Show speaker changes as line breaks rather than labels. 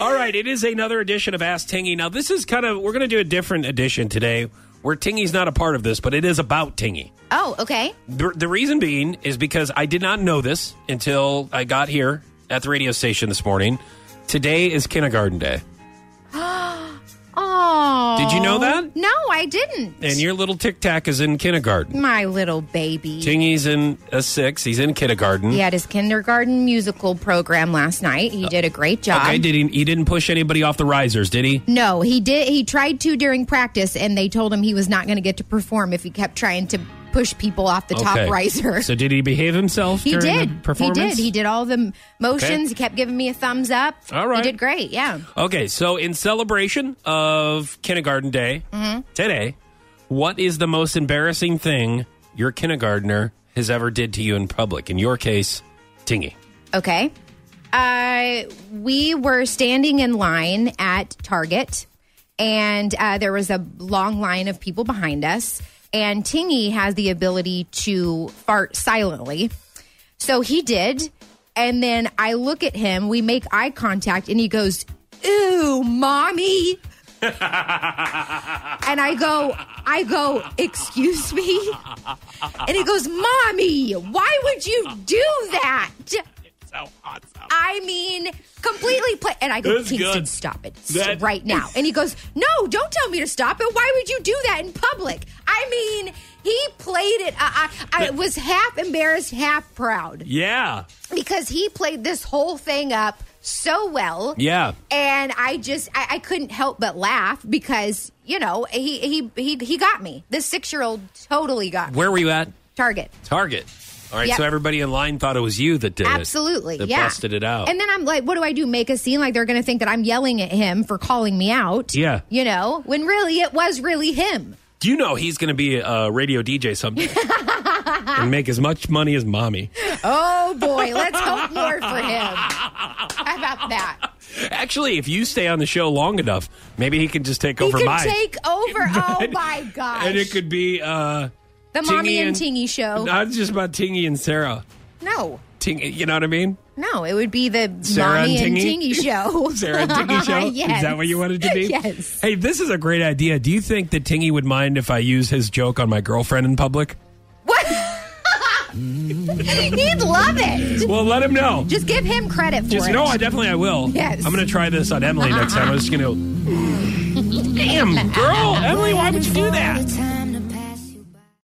All right, it is another edition of Ask Tingy. Now, this is kind of, we're going to do a different edition today where Tingy's not a part of this, but it is about Tingy.
Oh, okay.
The, the reason being is because I did not know this until I got here at the radio station this morning. Today is kindergarten day.
Oh.
Did you know that? Eh.
No, I didn't.
And your little tic tac is in kindergarten.
my little baby.
Tingy's in a six. He's in kindergarten.
He had his kindergarten musical program last night. He did a great job.
Okay, did he, he didn't push anybody off the risers, did he?
no, he did. He tried to during practice, and they told him he was not going to get to perform if he kept trying to push people off the top
Okay.
riser.
So did he behave himself
he
during
did.
the
he
performance?
did. He did all the m- motions.
Okay.
He kept giving me a thumbs up.
All right.
He did great. Yeah.
Okay, so in celebration of kindergarten day
Mm-hmm.
today, what is the most embarrassing thing your kindergartner has ever did to you in public? In your case, Tingy.
Okay. Uh, we were standing in line at Target, and uh, there was a long line of people behind us. And Tingy has the ability to fart silently. So he did. And then I look at him, we make eye contact, and he goes, Ooh, mommy. and I go, I go, excuse me? And he goes, Mommy, why would you do that?
So awesome.
I mean, completely play. And I go,
That's
Kingston,
good.
stop it s-
That-
right now. And he goes, No, don't tell me to stop it. Why would you do that in public? I mean, he played it. I, I, I was half embarrassed, half proud
Yeah.
because he played this whole thing up so well.
Yeah.
And I just I, I couldn't help but laugh because you know he he he he got me. This six year old totally got me.
Where were you at?
Target.
Target. All right,
Yep.
so everybody in line thought it was you that did it.
Absolutely.
That
yeah.
busted it out.
And then I'm like, what do I do? Make a scene like they're going to think that I'm yelling at him for calling me out.
Yeah.
You know, when really it was really him.
do you know he's going to be a radio DJ someday and make as much money as mommy?
Oh boy, let's hope more for him. How about that?
Actually, if you stay on the show long enough, maybe he can just take over
he
mine.
can take over. Oh my gosh.
and it could be uh
the mommy
Tingy
and,
and-
Tingy show.
not just about Tingy and Sarah.
no.
Tingy, you know what I mean?
No, it would be the
Sarah
mommy
and
and
Tingy?
Tingy, show.
Sarah and Tingy show. Is
Yes.
that what you wanted to be?
Yes.
Hey, this is a great idea. Do you think that Tingy would mind if I use his joke on my girlfriend in public?
What? He'd love it.
Well, let him know.
Just give him credit for
Just
it.
no, I definitely I will.
Yes.
I'm gonna try this on Emily next time. I'm just gonna. go, Damn, girl, Emily, why would you do that?